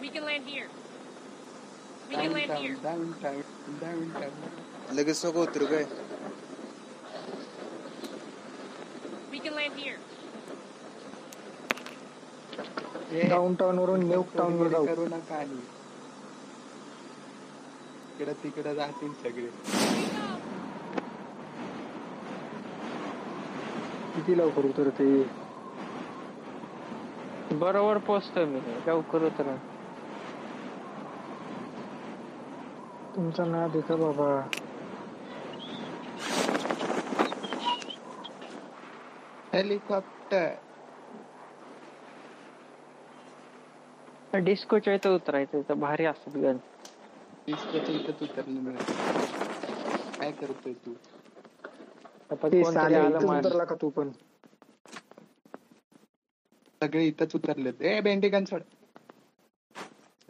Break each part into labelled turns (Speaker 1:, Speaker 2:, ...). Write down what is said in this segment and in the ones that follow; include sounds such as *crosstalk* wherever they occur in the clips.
Speaker 1: We can land here. We can land here.
Speaker 2: Downtown downtown
Speaker 3: लगेच नको उतरू काय
Speaker 1: We can land here.
Speaker 4: Downtown वरून new town वर जाऊ
Speaker 2: करू नका आणि इकडं तिकडं राहतील सगळे
Speaker 4: किती लवकर उतरते
Speaker 5: बरोबर पोचतोय मी लवकर उतरा
Speaker 4: तुमचा ना देखा बाबा
Speaker 2: हेलिकॉप्टर
Speaker 5: डिस्कोच्या इथं उतरायचं इथं भारी असत गण
Speaker 2: डिस्कोच्या इथं उतरलं मिळत काय करतोय तू
Speaker 4: ते
Speaker 5: कोणतरी
Speaker 4: साले
Speaker 5: आलं
Speaker 4: इथंच
Speaker 5: मार
Speaker 4: उतरला का तू पण
Speaker 2: सगळे इथंच उतरलेत ए बेंडिगन सोड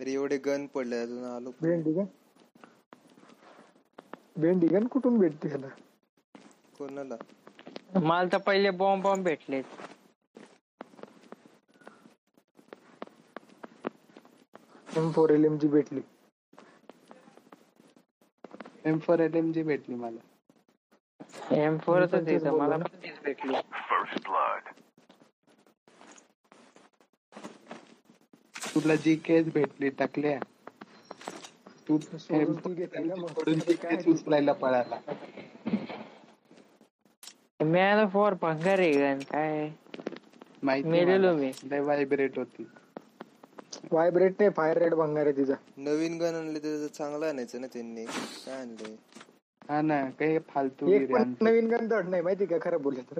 Speaker 3: अरे एवढे गन पडले अजून आलो
Speaker 4: भेंडी का भेंडी का कुठून भेटते ह्याला
Speaker 3: कोणाला
Speaker 5: मला तर पहिले बॉम्ब बॉम्ब भेटलेत
Speaker 4: M four L M G भेटली
Speaker 2: M four L M G भेटली मला
Speaker 5: एम फोरच
Speaker 4: मी पण तेच
Speaker 5: इथं मला
Speaker 4: बोललो
Speaker 5: पण तीच भेटली
Speaker 2: तुला जी केस भेटली टाकल्या तू
Speaker 4: सोडून तू घेतली ना मग.
Speaker 2: सोडून ती केस उचलायला पळाला
Speaker 5: मॅन ऑफ वॉर भंगार आहे गण काय
Speaker 2: माहिती
Speaker 5: मेलेलो
Speaker 2: मला.
Speaker 5: मी.
Speaker 2: लय व्हायब्रेट होती
Speaker 4: व्हायब्रेट नाही फायर रेड भंगार आहे तिचा
Speaker 3: नवीन गन आणले तर चांगलं आणायचं ना त्यांनी काय आणलंय
Speaker 2: हा ना काही फालतू
Speaker 4: एक
Speaker 2: गिरी
Speaker 4: पण
Speaker 2: आणते.
Speaker 4: नवीन गण धड नाही माहिती का खरं बोललं तर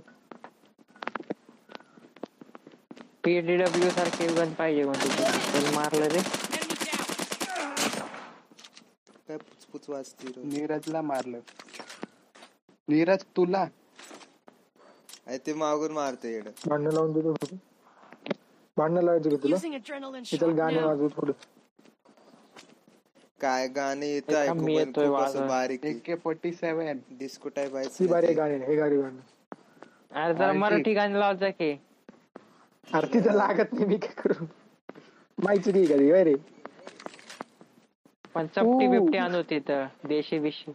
Speaker 5: पीडीडब्ल्यू सारखे गण पाहिजे म्हणते कोणी मारलं रे
Speaker 1: Enemy down.
Speaker 3: काय पुचपुच वाचते रे.
Speaker 2: नीरजला मारलं नीरज तुला
Speaker 3: अरे ते मागून मारते येड
Speaker 4: भांडणं लावून देतो का तू? भांडणं लावायचं का तुला
Speaker 1: Using adrenaline
Speaker 4: इथं
Speaker 1: shot
Speaker 4: गाणे
Speaker 1: now.
Speaker 4: वाजवू थोडं
Speaker 3: काय गाणे येत
Speaker 5: एका
Speaker 3: ऐकू
Speaker 5: मी
Speaker 3: पण
Speaker 5: येतोय
Speaker 3: खूप असं
Speaker 5: वाजवायला.
Speaker 3: बारीक
Speaker 2: AK forty seven
Speaker 3: disco type
Speaker 4: ती बारी आहे
Speaker 3: आहे
Speaker 4: गाणे हे गाडी गाणं
Speaker 5: अरे जरा
Speaker 2: आणखी.
Speaker 5: मराठी गाणी लावत जा की
Speaker 4: अरे तिथं लागत नाही मी काय करू माहिती ती गाडी काय रे
Speaker 5: पण चपटी
Speaker 4: ऊ.
Speaker 5: बिपटी आणू तिथं देशी बिशी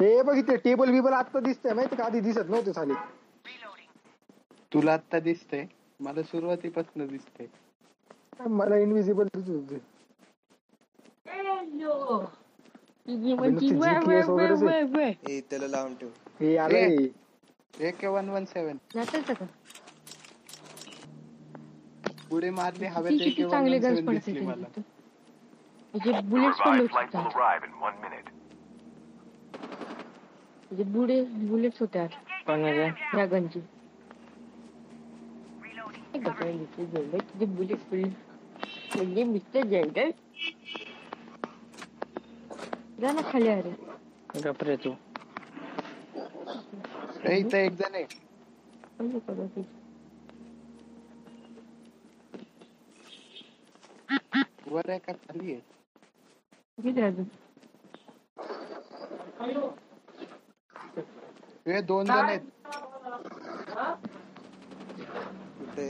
Speaker 4: हे बघितलं टेबल बिबल आता दिसतंय माहिती का आधी दिसत नव्हते साली
Speaker 2: तुला आता दिसते मला सुरुवातीपासून दिसते
Speaker 4: मला इनविजिबल दिसत होते नुसती GPS वगैरेच आहे.
Speaker 3: ए त्याला लावून ठेव
Speaker 4: हे आलं
Speaker 2: ए.
Speaker 4: हे.
Speaker 2: एके वन वन सेव्हन पुढे मारली हवेत
Speaker 6: किती
Speaker 2: एके वन
Speaker 6: चांगले
Speaker 2: वन
Speaker 6: गन्स
Speaker 2: सेव्हन
Speaker 6: पडते
Speaker 2: दिसली मला
Speaker 6: म्हणजे बुलेट्स पण होते
Speaker 7: Revived flight will arrive in one minute.
Speaker 6: म्हणजे बुलेट बुलेट्स होत्या
Speaker 5: पण म्हणजे
Speaker 6: या गनची काय घातलं मिस्टर जयंगल? तुझे बुलेट बुलेट म्हणजे मिस्टर जयंगल जा ना खाली अरे
Speaker 5: गपरे तू
Speaker 2: ए, इथं एक जण आहे
Speaker 6: पण नको जाऊ.
Speaker 2: वर आहे का खाली आहे
Speaker 6: किती अजून?
Speaker 2: हे दोन जण आहेत
Speaker 3: कुठे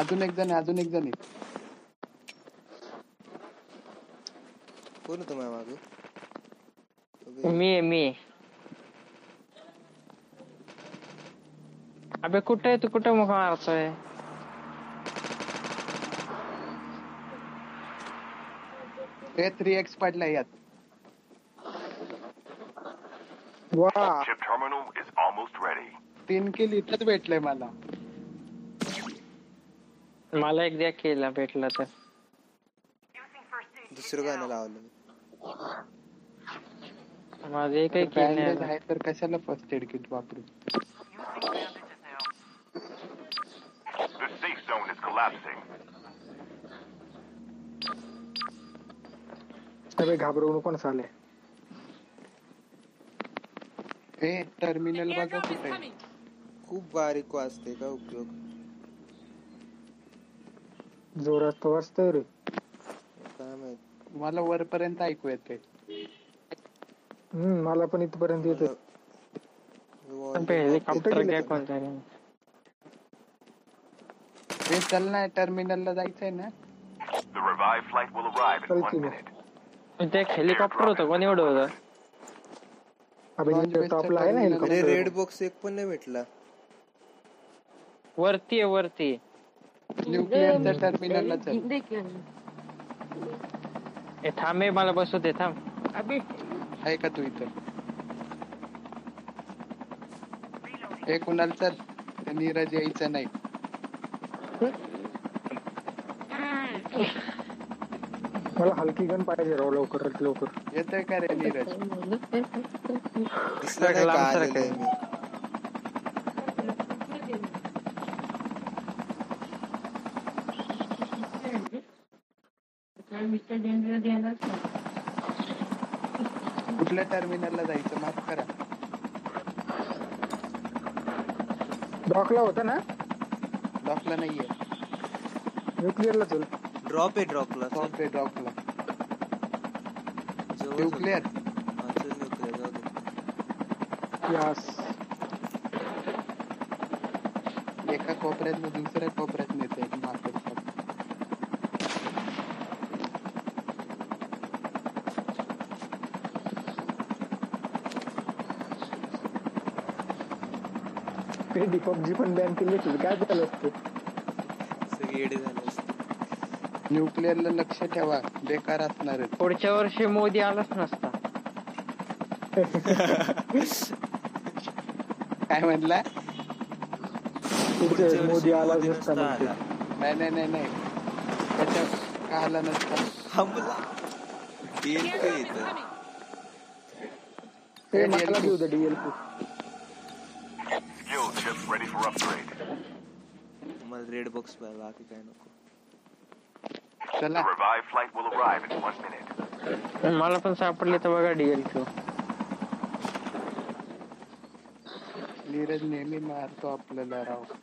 Speaker 2: अजून एक जण आहे, अजून एक जण आहे
Speaker 3: कोण होतं माझ्या मागे
Speaker 5: मी आहे, मी आहे. अबे कुठे आहे तू कुठे मुख मारतोय
Speaker 2: हे थ्री एक्स पडला यात
Speaker 4: वा
Speaker 7: Ship terminal is almost ready.
Speaker 2: तीन किल इथंच भेटलंय मला
Speaker 5: मला एक द्या केला भेटला तर
Speaker 3: दुसरं गाणं लावलं मी.
Speaker 5: माझं एकही किल नाही
Speaker 2: बँडेज
Speaker 5: आला.
Speaker 2: आहे तर कशाला फर्स्ट एड किट वापरू
Speaker 7: The safe zone is collapsing.
Speaker 4: अबे घाबरवू नको ना साले
Speaker 2: हे टर्मिनल बघा
Speaker 1: Airdrop is
Speaker 2: कुठे आहे.
Speaker 1: coming.
Speaker 3: खूप बारीक वाजते का उपयोग
Speaker 4: जोरात तर वाजतंय रे
Speaker 3: काय माहित
Speaker 2: मला वरपर्यंत ऐकू येते
Speaker 4: हम्म मला पण इथपर्यंत येत
Speaker 3: Revolver.
Speaker 5: अबे हेलिकॉप्टर
Speaker 4: कुठे गेले
Speaker 5: घ्या
Speaker 4: ते?
Speaker 5: कोणतरी
Speaker 2: हे चल ना टर्मिनलला जायचंय ना
Speaker 7: The revived flight will arrive in
Speaker 4: चल की
Speaker 7: one
Speaker 4: मग.
Speaker 7: minute.
Speaker 5: पण ते हेलिकॉप्टर होतं कोण एवढं होतं
Speaker 4: अभिजित टॉपला आहे ना
Speaker 3: अरे
Speaker 4: हेलिकॉप्टर
Speaker 3: रेड बॉक्स एक पण नाही भेटला
Speaker 5: वरती आहे वरती
Speaker 2: न्यूक्लिअरच्या टर्मिनलला चल
Speaker 6: जिंदे खेळणं.
Speaker 5: ए थांबे मला बसू दे थांब
Speaker 6: अबे
Speaker 2: आहे का तू इथं हे कुणाल चल ते नीरज यायचं नाही
Speaker 4: मला हलकी गन पाहिजे राव लवकरात लवकर
Speaker 2: येतोय का रे नीरज
Speaker 3: दिसला नाही का
Speaker 5: लांब सरकलं.
Speaker 3: आलेलं आहे मी
Speaker 6: मिस्टर डेंजर देणार नाही.
Speaker 2: कुठल्या टर्मिनलला जायचं माफ करा
Speaker 4: डॉकला होता ना
Speaker 2: डॉकला नाहीये
Speaker 4: न्यूक्लिअरला चल
Speaker 3: ड्रॉप आहे ड्रॉपला
Speaker 2: Stop आहे डॉकला
Speaker 3: हो.
Speaker 2: न्यूक्लिअर
Speaker 3: जाऊ दे
Speaker 4: यास
Speaker 2: एका कोपऱ्यात दुसऱ्या कोपऱ्यात नेतोय मार्केट
Speaker 4: पेडी पबजी पण बॅन केली असेल काय झालं असतं
Speaker 3: सगळी एडी झाली असती.
Speaker 2: न्यूक्लिअरला लक्ष ठेवा बेकार असणार आहेत.
Speaker 5: पुढच्या वर्षी मोदी आलाच नसता
Speaker 2: काय म्हणला
Speaker 4: पुढच्या
Speaker 3: पुढच्या
Speaker 4: वेळेस मोदी आला
Speaker 3: वर्षी
Speaker 4: नसता
Speaker 3: मोदी
Speaker 4: म्हणते.
Speaker 3: आला.
Speaker 2: नाही नाही नाही नाही त्याच्या काला नसता
Speaker 3: थांबला येईल का *laughs*
Speaker 1: Airdrop is coming.
Speaker 3: इथं
Speaker 2: DLP.
Speaker 4: ते मला घेऊ दे DLP
Speaker 7: Skill chips ready for upgrade.
Speaker 3: मला रेड बॉक्स पाहिजे बाकी काय नको
Speaker 7: The
Speaker 2: चला
Speaker 7: revived flight will arrive in one minute.
Speaker 5: मला पण सापडले तर बघा डीएल क्यू
Speaker 2: नीरज नेहमी मारतो आपल्याला राव अजून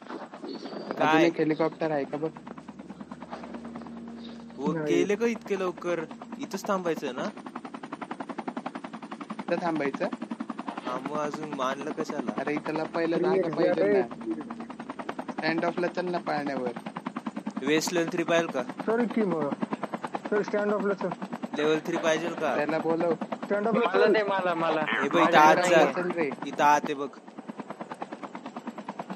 Speaker 3: काय
Speaker 2: एक हेलिकॉप्टर आहे का बघ
Speaker 3: हो गेले का इतके लवकर इथंच थांबायचं ना
Speaker 2: इथं थांबायचं
Speaker 3: हा मग अजून मानलं कशाला
Speaker 2: अरे इथला पहिलं धागा पाहिजे ना स्टँड ऑफला चल ना पाळण्यावर
Speaker 3: वेस्ट लेवल थ्री पाहिजे का
Speaker 4: चल की मग चल स्टँड ऑफला चल
Speaker 3: लेवल थ्री पाहिजे का
Speaker 2: त्याला बोलव
Speaker 4: स्टँड ऑफला
Speaker 5: मला
Speaker 4: चल
Speaker 5: दे मला मला
Speaker 3: हे बघ इथं आत जा
Speaker 5: माझ्याकडे
Speaker 2: चल
Speaker 5: नाहीये.
Speaker 2: रे
Speaker 3: इथं आत आहे बघ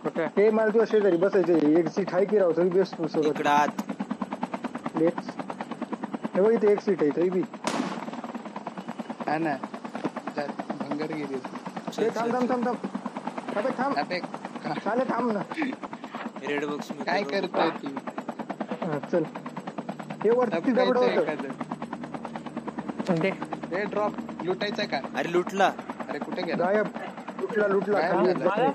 Speaker 5: कुठे
Speaker 4: हे मला तुझ्या शेजारी बसायचे एक सीट आहे की राव तरी बेस्ट सोबत
Speaker 3: इकडं आत
Speaker 4: लेफ्ट. हे बघ इथे एक सीट आहे तरी बी
Speaker 2: हा ना जा, भंगार गेली
Speaker 4: हे थांब थांब थांब थांब अबे थांब
Speaker 2: अबे का-
Speaker 4: चालेल थांब ना
Speaker 3: रेड बॉक्स
Speaker 2: काय करतोय तू
Speaker 4: हा, चल हे वरती दगड
Speaker 2: लपवायचं
Speaker 4: होतं
Speaker 2: एखादं.
Speaker 5: दे
Speaker 2: हे ड्रॉप लुटायचा का
Speaker 3: अरे लुटला
Speaker 2: अरे कुठे गेला
Speaker 4: गायब लुटला लुटला
Speaker 2: गायब
Speaker 4: खाली
Speaker 2: झाला.
Speaker 4: बसले.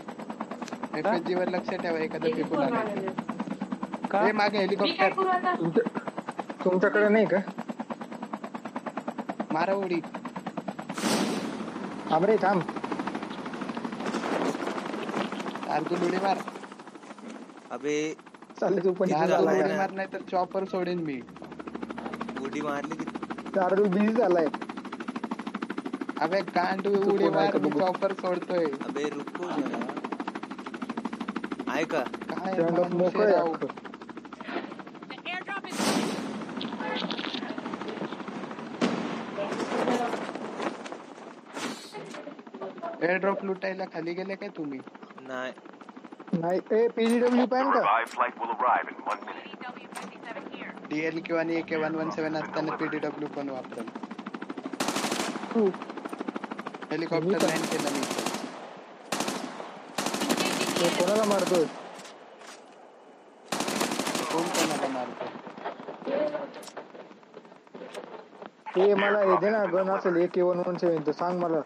Speaker 2: FSG वर लक्ष ठेवा एखादा फेकून आला
Speaker 5: का?
Speaker 2: हे मागे हेलिकॉप्टर
Speaker 4: तुमच्या- तुमच्याकडे नाही का
Speaker 2: मारा उडी
Speaker 4: थांब रे थांब
Speaker 2: अर्जुन उडी मार
Speaker 3: अबे
Speaker 4: चालेल तू पण
Speaker 3: किती
Speaker 4: बिझी
Speaker 2: अर्जुन
Speaker 3: झाला?
Speaker 4: झालाय
Speaker 2: उडी मार नाही तर चॉपर सोडेन मी
Speaker 3: उडी मारली की
Speaker 4: चार बिझी झालाय
Speaker 2: अबे गांड
Speaker 4: तू
Speaker 2: उडी
Speaker 4: कोण आहे
Speaker 2: मार
Speaker 4: का
Speaker 2: मी
Speaker 4: बघू.
Speaker 2: चॉपर सोडतोय
Speaker 3: अबे रुको जरा ऐका
Speaker 2: काय
Speaker 4: स्टँड ऑफ
Speaker 2: माणूस
Speaker 4: मोकळं
Speaker 2: आहे
Speaker 4: आहे
Speaker 2: राव.
Speaker 4: अख्खं.
Speaker 1: The airdrop is coming.
Speaker 2: एअरड्रॉप लुटायला खाली गेले काय तुम्ही
Speaker 3: नाही
Speaker 4: नाही ए पीजीडब्ल्यू
Speaker 7: The
Speaker 4: पॅन का
Speaker 7: revived flight will arrive in one minute.
Speaker 1: AW57 here.
Speaker 2: DL किंवा आणि एके वन वन सेव्हन असताना पीडीडब्ल्यू पण वापरल हेलिकॉप्टर लँड केलं मी
Speaker 4: तो कोणाला मारतोय
Speaker 2: कोण कोणाला मारतो
Speaker 4: ते मला हे दे ना गण असेल एक वन वन सेवन तर सांग मला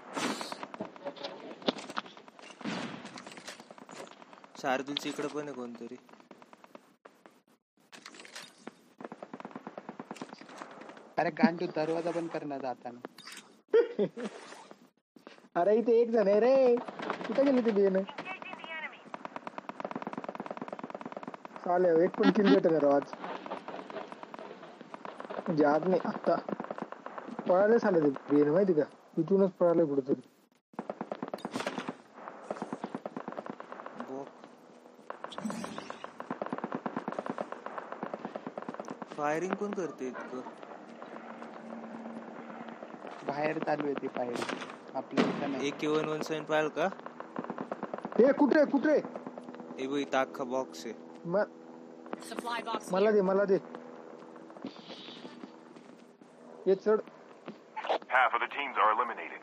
Speaker 3: शार्दूलच्या इकडे पण आहे कोणतरी
Speaker 2: अरे गांडू दरवाजा बंद करणार जाताना
Speaker 4: अरे इथे एक जण आहे रे कुठे गेले ते बियन चालेल एक पण किल भेटणार राव आज म्हणजे आज नाही आत्ता पळाले झाले ते बियन माहिती का तिथूनच पळाले कुठेतरी
Speaker 3: फायरिंग कोण करते इतकं
Speaker 2: बाहेर चालू आहे ते बाहेर आपल्या इथं नाही
Speaker 3: एक वन वन सेवन पाहिलं का
Speaker 4: हे कुठे कुठे
Speaker 3: हे बघ इथं अख्खा बॉक्स आहे
Speaker 4: म-
Speaker 1: Supply box.
Speaker 4: मला दे मला दे हे चढ
Speaker 7: Half of the teams are eliminated.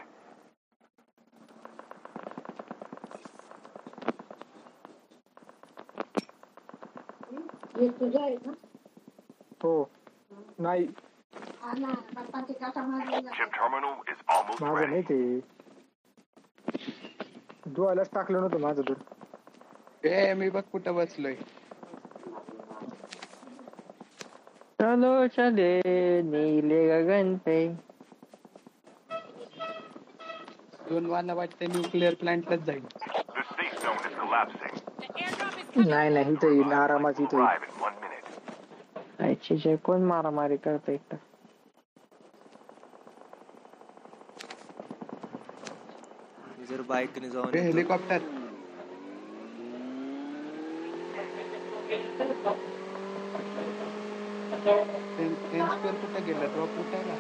Speaker 6: हे तुझं आहे ना
Speaker 4: हो नाही
Speaker 6: हा ना, पप्पा ते काटा मारलेला.
Speaker 7: Chip terminal is almost
Speaker 4: माझं नाही ते
Speaker 7: ready.
Speaker 4: धुवायलाच टाकलं नव्हतं माझं दूध
Speaker 2: ए मी बघ कुठं बसलोय
Speaker 5: चलो चले नीले गगन पे
Speaker 2: दोन मला वाटतं न्यूक्लिअर प्लांटलाच जाईल
Speaker 7: The safe zone is collapsing.
Speaker 1: The airdrop is coming.
Speaker 4: नाही नाही इथे येईल आरामात
Speaker 7: Will
Speaker 4: इथे येईल.
Speaker 7: Arrive in one minute.
Speaker 5: आईची जे कोण मारामारी करते एकटा
Speaker 3: मी जर बाईकने जाऊन
Speaker 2: ए,
Speaker 3: येतो.
Speaker 2: हेलिकॉप्टर टेन टेन स्क्वेअर कुठं गेला ड्रॉप उठायला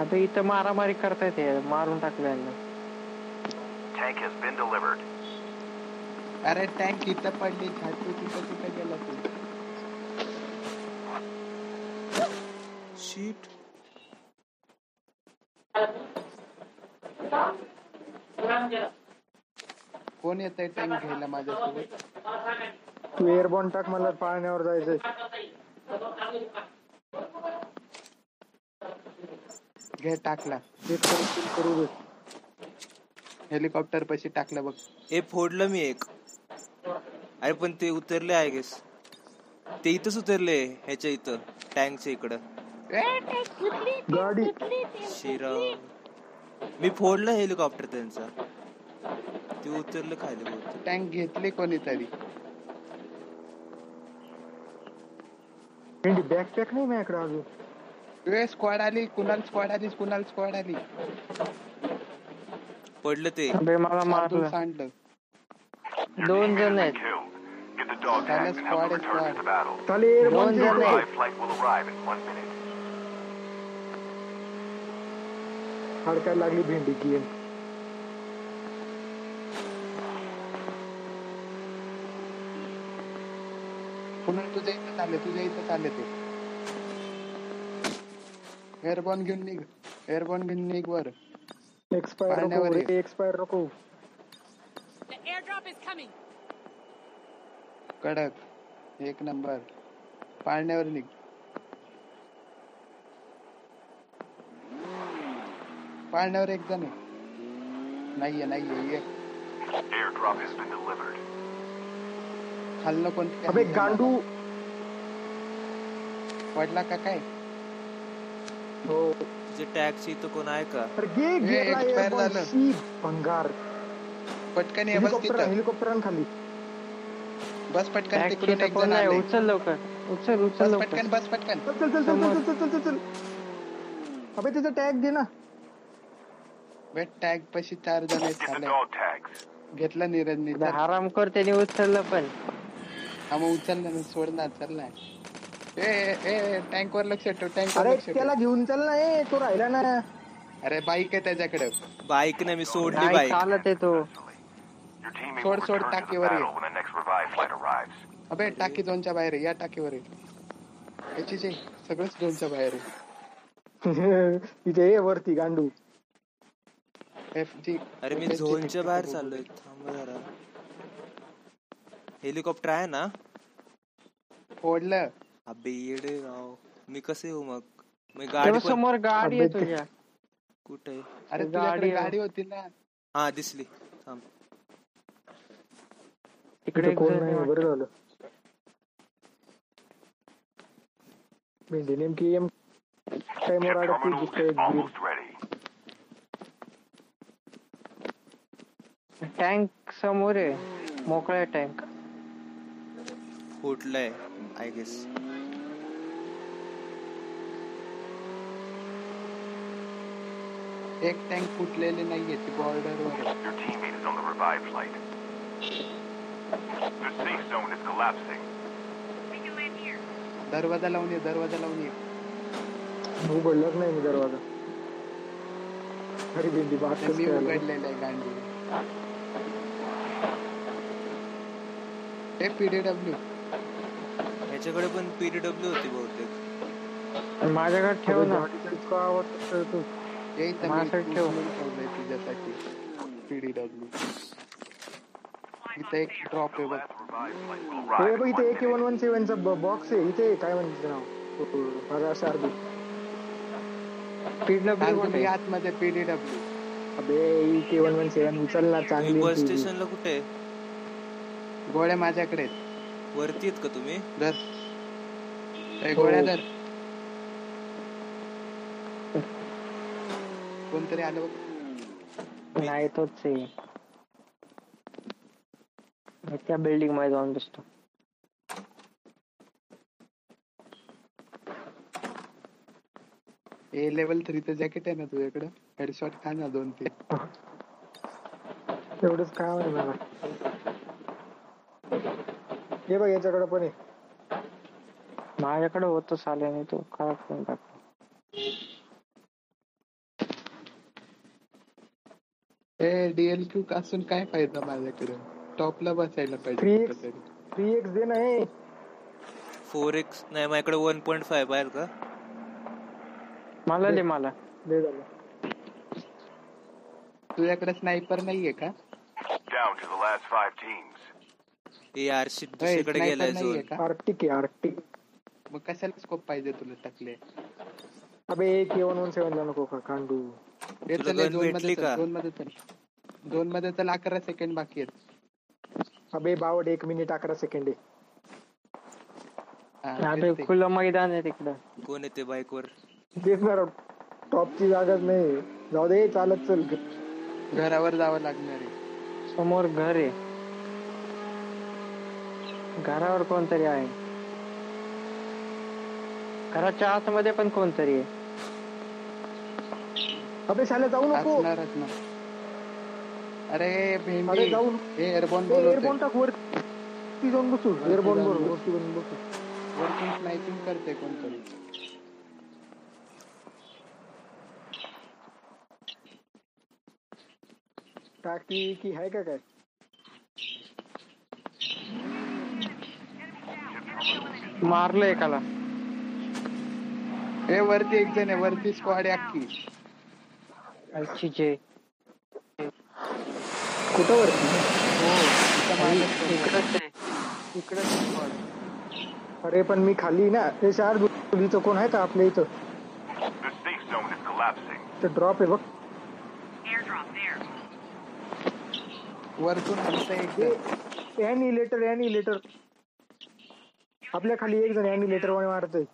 Speaker 5: आता इथं मारामारी करतायत हे मारून टाकल्यांना
Speaker 7: Tank has been delivered.
Speaker 2: अरे टँक इथं पडली छाटू तिथं कुठं गेला तू
Speaker 3: Shit.
Speaker 2: कोण येत आहे टँक घ्यायला माझ्यासोबत
Speaker 4: तू एअरबॉन टाक मला पाळण्यावर जायचंय
Speaker 2: घे टाकला
Speaker 4: जे करू ते करू दे.
Speaker 2: हेलिकॉप्टर पशी टाकलं बघ
Speaker 3: ए फोडलं मी एक अरे पण ते उतरले आहे गेस ते इथंच उतरले ह्याच्या इथं टँकच्या इकडं
Speaker 4: गाडी
Speaker 3: श्रीराम मी फोडलं हेलिकॉप्टर त्यांचा ते उतरलं खाली बहुतेक.
Speaker 2: टँक घेतले कोणीतरी
Speaker 4: भेंडी बॅकपॅक नाही माझ्याकडे अजून
Speaker 2: ए स्क्वॉड आली कुणाल स्क्वॉड आली कुणाल स्क्वॉड आली
Speaker 3: पडलं ते
Speaker 5: अबे मला
Speaker 2: मारून
Speaker 5: मारलं
Speaker 2: सांडलं
Speaker 5: दोन जण आहेत
Speaker 7: Killed. Get the dog
Speaker 2: Dale
Speaker 7: tags and help
Speaker 2: squad,
Speaker 7: them return
Speaker 2: squad.
Speaker 7: to the battle.
Speaker 4: चालेल एअरबॉन
Speaker 5: दोन जण
Speaker 4: दे.
Speaker 7: Live flight will arrive in one minute.
Speaker 4: हडकायला लागली भेंडी गेम
Speaker 2: कुणाल तुझ्या इथं चालले तुझ्या इथं चालले ते एअरबॉन घेऊन निघ एअरबॉन घेऊन निघ वर
Speaker 4: एक्सपायर
Speaker 2: पाळण्यावर
Speaker 4: नको एक्सपायर नको
Speaker 1: The airdrop is coming.
Speaker 2: कडक एक नंबर पाळण्यावर निघ पाळण्यावर एक जण आहे नाहीये नाहीये ये
Speaker 7: Airdrop has been delivered.
Speaker 2: खाल्लं कोणत्या
Speaker 4: अबे गांडू
Speaker 2: पडला का काय
Speaker 4: हो
Speaker 3: तुझ्या टॅगच्या इथं कोण आहे का
Speaker 4: तर गे गेला
Speaker 2: expire
Speaker 4: एअरबॉन
Speaker 2: झालं.
Speaker 4: शी भंगार
Speaker 2: पटकन ये बस
Speaker 4: हेलिकॉप्टर
Speaker 2: तिथं
Speaker 4: हेलिकॉप्टरांखाली
Speaker 2: बस पटकन
Speaker 5: Back
Speaker 2: तिकडून
Speaker 5: seat
Speaker 2: एक
Speaker 5: पण
Speaker 2: जण
Speaker 5: नाही
Speaker 2: आले
Speaker 5: उचल लवकर उचल उचल
Speaker 2: बस
Speaker 5: लवकर
Speaker 2: पटकन बस पटकन
Speaker 4: चल चल चल चल चल चल चल चल चल अबे त्याचा टॅग दे ना
Speaker 2: बेट टॅग पशी चार जण आहेत
Speaker 7: Get the
Speaker 2: खाले
Speaker 7: dog tags.
Speaker 2: घेतला नीरज नी
Speaker 5: अबे हराम कर त्याने उचललं पण
Speaker 2: मग उचलला ना सोड ना चल ना ए ए, ए टँक वर लक्ष ठेव टँक वर
Speaker 4: अरे
Speaker 2: लक्ष
Speaker 4: त्याला
Speaker 2: ठेव
Speaker 4: घेऊन चल ना ए तो राहिला ना
Speaker 2: अरे बाईक आहे त्याच्याकडे
Speaker 3: बाईक ना मी सोडली
Speaker 5: नाही
Speaker 3: बाईक
Speaker 5: चालत आहे तो
Speaker 7: Your teammate
Speaker 2: Sword,
Speaker 7: will
Speaker 2: sword,
Speaker 7: return to the
Speaker 2: takiwari.
Speaker 7: battle when the next revive flight arrives.
Speaker 2: अबे टाकी झोनच्या बाहेर आहे या टाकीवर आहे याची जे सगळंच झोनच्या बाहेर आहे
Speaker 4: *laughs* इथे ये वरती गांडू
Speaker 2: एफ जी
Speaker 3: अरे मी झोनच्या बाहेर चाललोय थांब जरा हेलिकॉप्टर आहे ना
Speaker 2: फोडलं
Speaker 3: अबे येडे राव मी कसे येऊ मग मी
Speaker 5: तेव्हा
Speaker 3: गाडी पण
Speaker 5: समोर गाडी आहे
Speaker 4: अबे ते-
Speaker 5: तुझ्या
Speaker 3: कुठे
Speaker 2: अरे
Speaker 5: गाडी
Speaker 2: तुझ्याकडे
Speaker 5: आहे.
Speaker 2: गाडी होती ना
Speaker 3: हा दिसली थांब
Speaker 5: तिकडे
Speaker 4: इकडे
Speaker 5: एक
Speaker 4: कोण
Speaker 5: जण
Speaker 4: नाही
Speaker 5: आहे
Speaker 4: बरं झालं भेंडी नेमकी एम
Speaker 7: Chip
Speaker 4: टाइमवर अडकली
Speaker 7: terminal
Speaker 4: जिथे
Speaker 7: is
Speaker 4: एक green.
Speaker 7: almost ready.
Speaker 5: वाटतं. टँक समोर आहे मोकळा आहे टँक
Speaker 3: फुटलंय आय गेस
Speaker 2: एक टँक फुटलेली नाहीये ती बॉर्डर वर आहे.
Speaker 7: Your teammate is on the revive flight. The safe zone is collapsing.
Speaker 1: We can land here.
Speaker 2: दरवाजा लावून ये दरवाजा लावून ये
Speaker 4: उघडलाच नाही मी दरवाजा अरे बिंदी
Speaker 2: तर मी
Speaker 4: बाकी
Speaker 2: उघडलेलं आहे गांधी हे पीडीडब्ल्यू
Speaker 3: ह्याच्याकडे पण पीडीडब्ल्यू होती बहुतेक
Speaker 5: माझ्याकडे ठेव ना
Speaker 4: इतका आवाज करतोय तू
Speaker 2: हे इथं मी
Speaker 5: माझ्यासाठी ठेव.
Speaker 2: उचलून ठेवलंय तुझ्यासाठी पीडीडब्ल्यू इथं एक ड्रॉप आहे बघ
Speaker 4: हे बघ इथे एक वन वन सेव्हनचा बॉक्स आहे इथे काय म्हणते नाव तो, माझा असा अर्धी
Speaker 5: पीडब्ल्यू
Speaker 2: गांधी,
Speaker 5: कुठे
Speaker 2: मी आतमध्ये पीडीडब्ल्यू
Speaker 4: अबे इथे वन वन सेव्हन उचल ना चांगली
Speaker 3: बस
Speaker 4: आहे ती.
Speaker 3: स्टेशनला कुठे आहे?
Speaker 2: गोळ्या माझ्याकडे आहेत.
Speaker 3: वरती आहेत का तुम्ही
Speaker 2: धर ए,
Speaker 5: हो.
Speaker 2: गोळ्या धर कोणतरी आलं बघ
Speaker 5: नाही तोच आहे त्या बिल्डिंग मध्ये जाऊन बसतो
Speaker 2: ए लेवल थ्रीचं जॅकेट आहे ना तुझ्याकडं हेडशॉट खा ना दोन तीन
Speaker 4: एवढंच काम आहे मला हे बघ याच्याकडे पण आहे
Speaker 5: माझ्याकडे होतं साल्याने तो खराब करून टाकला
Speaker 2: ए डीएल क्यू असून काय फायदा माझ्याकडे टॉपला बसायला पाहिजे
Speaker 4: Three X.
Speaker 2: कुठंतरी.
Speaker 4: थ्री एक्स दे ना हे
Speaker 3: फोर एक्स नाही माझ्याकडे वन पॉईंट फाय बाहेर का
Speaker 5: मला दे मला
Speaker 4: दे झालं
Speaker 2: तुझ्याकडे स्नायपर नाहीये का
Speaker 7: Down to the last five teams.
Speaker 3: ए आरशी
Speaker 2: ए,
Speaker 3: दुसरीकडे
Speaker 2: sniper
Speaker 3: गेलाय
Speaker 2: नाहीये
Speaker 3: झोन
Speaker 2: का
Speaker 4: आर्टिक आहे आर्टिक
Speaker 2: मग कशाला स्कोप पाहिजे तुला टाकले
Speaker 4: अबे एक वन वन सेव्हन जाऊ नको का कांडू
Speaker 2: ए,
Speaker 3: तुला
Speaker 2: चल, ए,
Speaker 3: gun
Speaker 2: दोन
Speaker 3: भेटली
Speaker 2: मध्ये
Speaker 3: का?
Speaker 2: चल, दोन मध्ये चल दोन मध्ये चल अकरा सेकंड बाकी आहेत
Speaker 4: अबे बावड एक मिनिट अकरा सेकंड आहे
Speaker 2: हा,
Speaker 5: अरे
Speaker 2: तेच ते.
Speaker 5: खुलं मैदान आहे तिकडं
Speaker 3: कोण येते बाईकवर
Speaker 4: तेच ना टॉपची जागाच नाही जाऊ दे चालत चल
Speaker 2: घरावर जावं लागणार आहे
Speaker 5: समोर घर आहे घरावर कोणतरी आहे घराच्या आतमध्ये पण कोणतरी आहे
Speaker 4: अबे शाला जाऊ नको
Speaker 2: असणारच ना अरे भेंडी
Speaker 4: अरे, जाऊन.
Speaker 2: हे एअरबॉन
Speaker 4: एअरबोन
Speaker 2: बोलवतोय
Speaker 4: टाक वर ती जाऊन बसू एअरबोन बरोबर वरती जाऊन बसू
Speaker 2: वरतून स्नायपिंग करते कोणतरी
Speaker 4: टाकी की आहे का काय
Speaker 5: मारलं एकाला
Speaker 2: हे वरती एक जण आहे वरती स्क्वॉड आहे अख्खी
Speaker 5: आईची जय
Speaker 4: कुठं वरती
Speaker 2: इथं माणूस पण आहे.
Speaker 5: इकडंच आहे इकडंच आहे squad.
Speaker 4: अरे पण मी खाली ना हे शार दुसरीचं कोण आहे का आपल्या इथं
Speaker 7: The safe zone is collapsing.
Speaker 4: ते ड्रॉप आहे बघ
Speaker 1: Airdrop there.
Speaker 2: वरतून हलतंय एक जण
Speaker 4: हे ॲनिलेटर ॲनिलेटर आपल्या खाली एक जण ॲनिलेटर वाणी मारतोय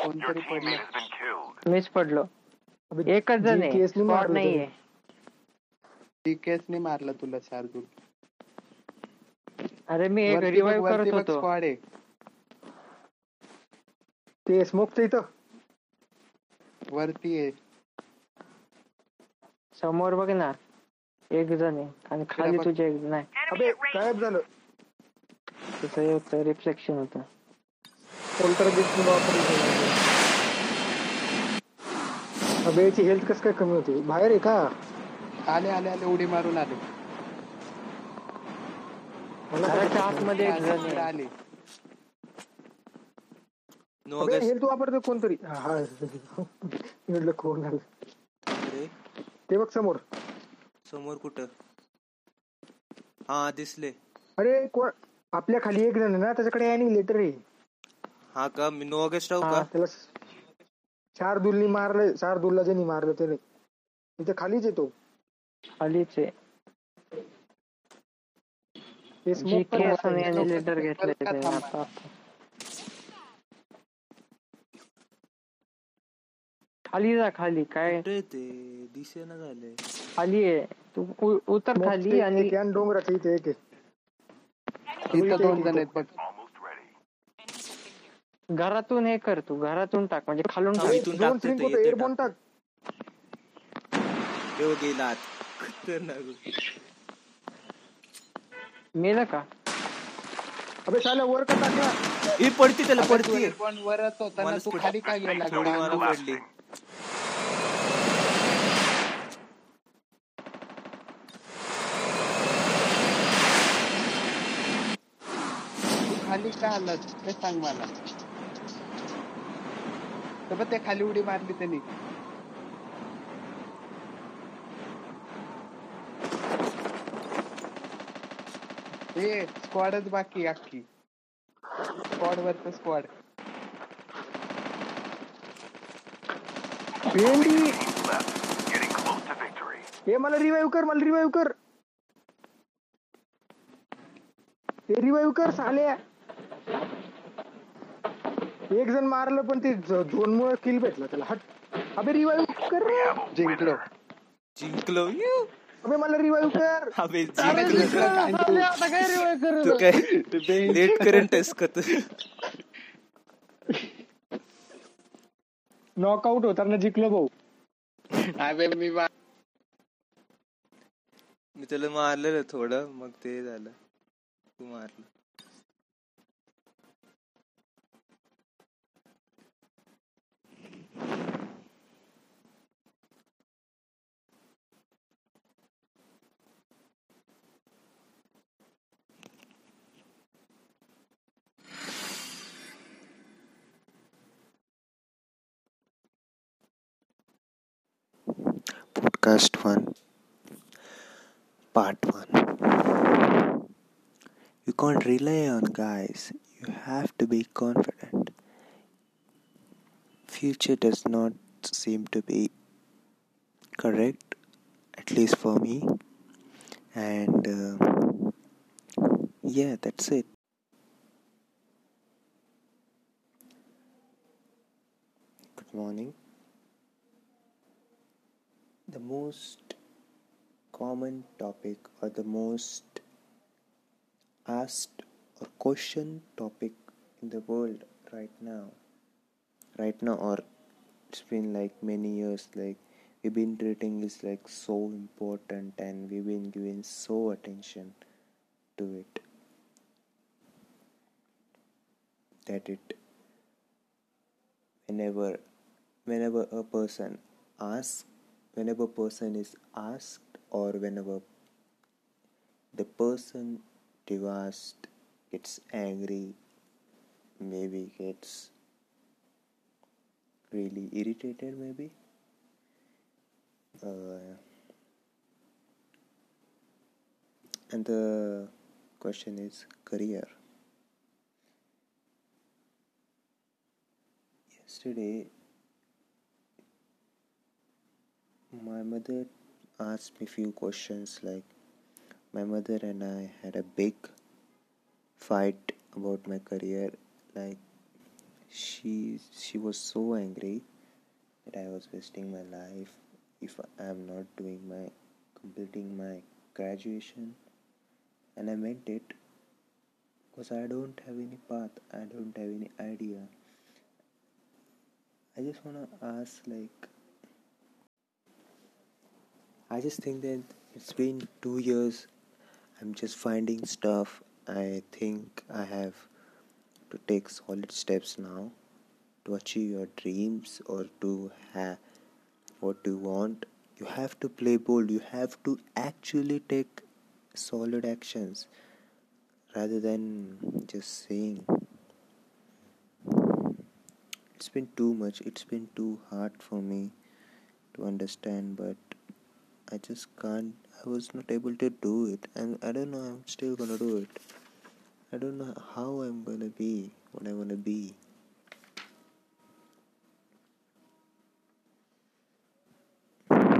Speaker 7: Your
Speaker 2: कोणतरी
Speaker 7: teammate
Speaker 2: पडलं
Speaker 7: has been killed.
Speaker 5: मीच पडलो
Speaker 4: अबे,
Speaker 5: एकच जण
Speaker 4: GKS
Speaker 5: आहे
Speaker 4: ने
Speaker 5: squad
Speaker 4: मारलं
Speaker 5: नाहीये
Speaker 2: DKS ने मारलं तुला शार्दूल
Speaker 5: अरे मी एक
Speaker 2: वरती बघ
Speaker 5: रिवाइव्
Speaker 2: वरती
Speaker 5: करत
Speaker 2: बघ
Speaker 5: होतो
Speaker 2: स्क्वॉड आहे
Speaker 4: ते. ते स्मोकचं इथं
Speaker 2: वरती आहे
Speaker 5: समोर बघ ना एक जण आहे आणि खाली
Speaker 2: बघ.
Speaker 5: तुझ्या एक जण आहे
Speaker 4: अबे गायब झालं
Speaker 5: तिचं रिफ्लेक्शन होतं
Speaker 4: कोल्टर बीट वापरली अबे याची हेल्थ कसं काय कमी होते बाहेर आहे का
Speaker 2: आले आले आले उडी मारून आले
Speaker 5: घराच्या आतमध्ये एक जण
Speaker 2: इकडे
Speaker 5: आहे
Speaker 2: आले
Speaker 3: नो
Speaker 4: अबे
Speaker 3: ऑगस्ट
Speaker 4: हेल्थ वापरतो कोणतरी हा, हा *laughs* मी म्हटलं कोण आलं
Speaker 3: अरे
Speaker 4: ते बघ समोर
Speaker 3: समोर कुठं हा दिसले
Speaker 4: अरे कोण आपल्या खाली एक जण आहे ना त्याच्याकडे ॲनिलेटर आहे
Speaker 3: हा का मी नो ऑगस्ट राहू
Speaker 4: हा
Speaker 3: का
Speaker 4: त्याला शार्दुलनी मारलं शार्दुलला ज्यांनी मारलं त्याने इथे खालीच येतो
Speaker 5: खालीच आहे
Speaker 4: ते
Speaker 5: जी
Speaker 4: स्मोक
Speaker 5: के एस आणि लेटर घेतले
Speaker 2: का थांबा?
Speaker 5: आता खाली जा खाली काय
Speaker 3: कुठे ते दिसेना झाले
Speaker 5: खाली आहे तू उ- उतर खाली आणि
Speaker 4: डोंगराच्या इथे एक आहे
Speaker 2: इथं दोन जण आहेत बघ
Speaker 7: Almost ready.
Speaker 5: घरातून हे कर तू घरातून टाक म्हणजे खालून
Speaker 3: हा,
Speaker 5: टाक
Speaker 3: इथून
Speaker 4: दोन
Speaker 3: टाकते
Speaker 4: स्प्रिंग
Speaker 3: ते,
Speaker 4: होतो
Speaker 3: इथे
Speaker 4: एअरबोन टाक
Speaker 3: देव गेला आत खतरनाक
Speaker 5: मेलं का
Speaker 4: अबे शाला वर का टाकला
Speaker 3: ही पडती त्याला पडती
Speaker 2: पण वरच होता ना
Speaker 3: मला
Speaker 2: तू
Speaker 3: स्कूटी-
Speaker 2: खाली का गेला
Speaker 7: The safe zone is
Speaker 3: मला पडली
Speaker 7: collapsing.
Speaker 2: तू खाली का आलास ते सांग मला तर बघ, ते खाली उडी मारली त्यांनी हे स्क्वॉडच बाकी अख्खी स्क्वॉड वरच स्क्वॉड
Speaker 4: भेंडी
Speaker 7: Team left. Getting close to victory.
Speaker 4: हे मला रिवाइव कर मला रिवाइव कर हे रिवाइव कर साल्या एक जण मारलं पण ते दोन मुळे किल भेटला त्याला हट अबे रिवाइव कर रे.
Speaker 2: जिंकलो
Speaker 3: जिंकलो यू.
Speaker 4: अबे मला रिवाइव कर
Speaker 3: अबे
Speaker 4: अरे
Speaker 3: जिंकलो
Speaker 4: जिंकलो साल्या, आता काय रिवाइव कर
Speaker 3: तू काय लेट करंट आहेस का तू
Speaker 4: नॉकआउट होताना जिंकलो भाऊ
Speaker 2: अबे मी वा-
Speaker 3: मी त्याला मारलेलं थोडं मग ते झालं तू मारलं podcast one, part one. You can't rely on guys, you have to be confident. Future does not seem to be correct, at least for me, and uh, yeah, that's it. Good morning the most common topic or the most asked or question topic in the world right now right now or it's been like many years like we've been treating is like so important and we've been giving so attention to it that it whenever whenever a person asks whenever person is asked or whenever the person devastated gets angry maybe gets really irritated maybe uh, and the question is career yesterday my mother asked me few questions like my mother and i had a big fight about my career like she she was so angry that i was wasting my life if i am not doing my completing my graduation and i meant it because i don't have any path i don't have any idea i just want to ask like I just think that it's been two years. I'm just finding stuff. I think I have to take solid steps now to achieve your dreams or to have what you want. You have to play bold. You have to actually take solid actions rather than just saying. It's been too much. It's been too hard for me to understand, but I just can't. I was not able to do it, and I don't know. I'm still gonna do it. I don't know how I'm gonna be, what I wanna be.